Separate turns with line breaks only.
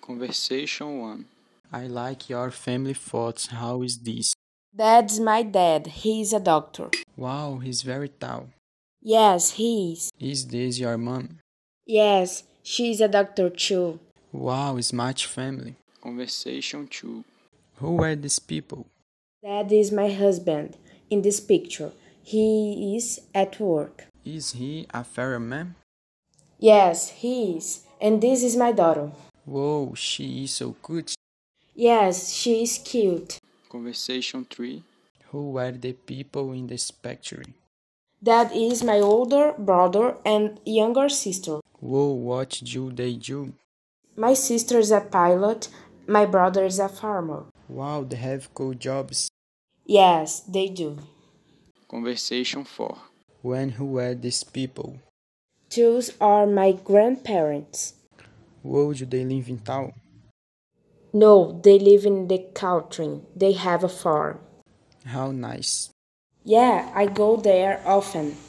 Conversation 1 I like your family thoughts. How is this?
That's my dad. He's a doctor.
Wow, he's very tall.
Yes, he is.
Is this your mom?
Yes, she's a doctor too.
Wow, smart family. Conversation 2 Who were these people?
That is my husband in this picture. He is at work.
Is he a fireman?
Yes, he is. And this is my daughter.
Whoa, she is so good.
Yes, she is cute.
Conversation 3 Who were the people in this picture?
That is my older brother and younger sister.
Whoa, what do they do?
My sister is a pilot. My brother is a farmer.
Wow, they have cool jobs.
Yes, they do.
Conversation 4 When who were these people?
Those are my grandparents.
Whoa, do they live in town?
No, they live in the country. They have a farm.
How nice.
Yeah, I go there often.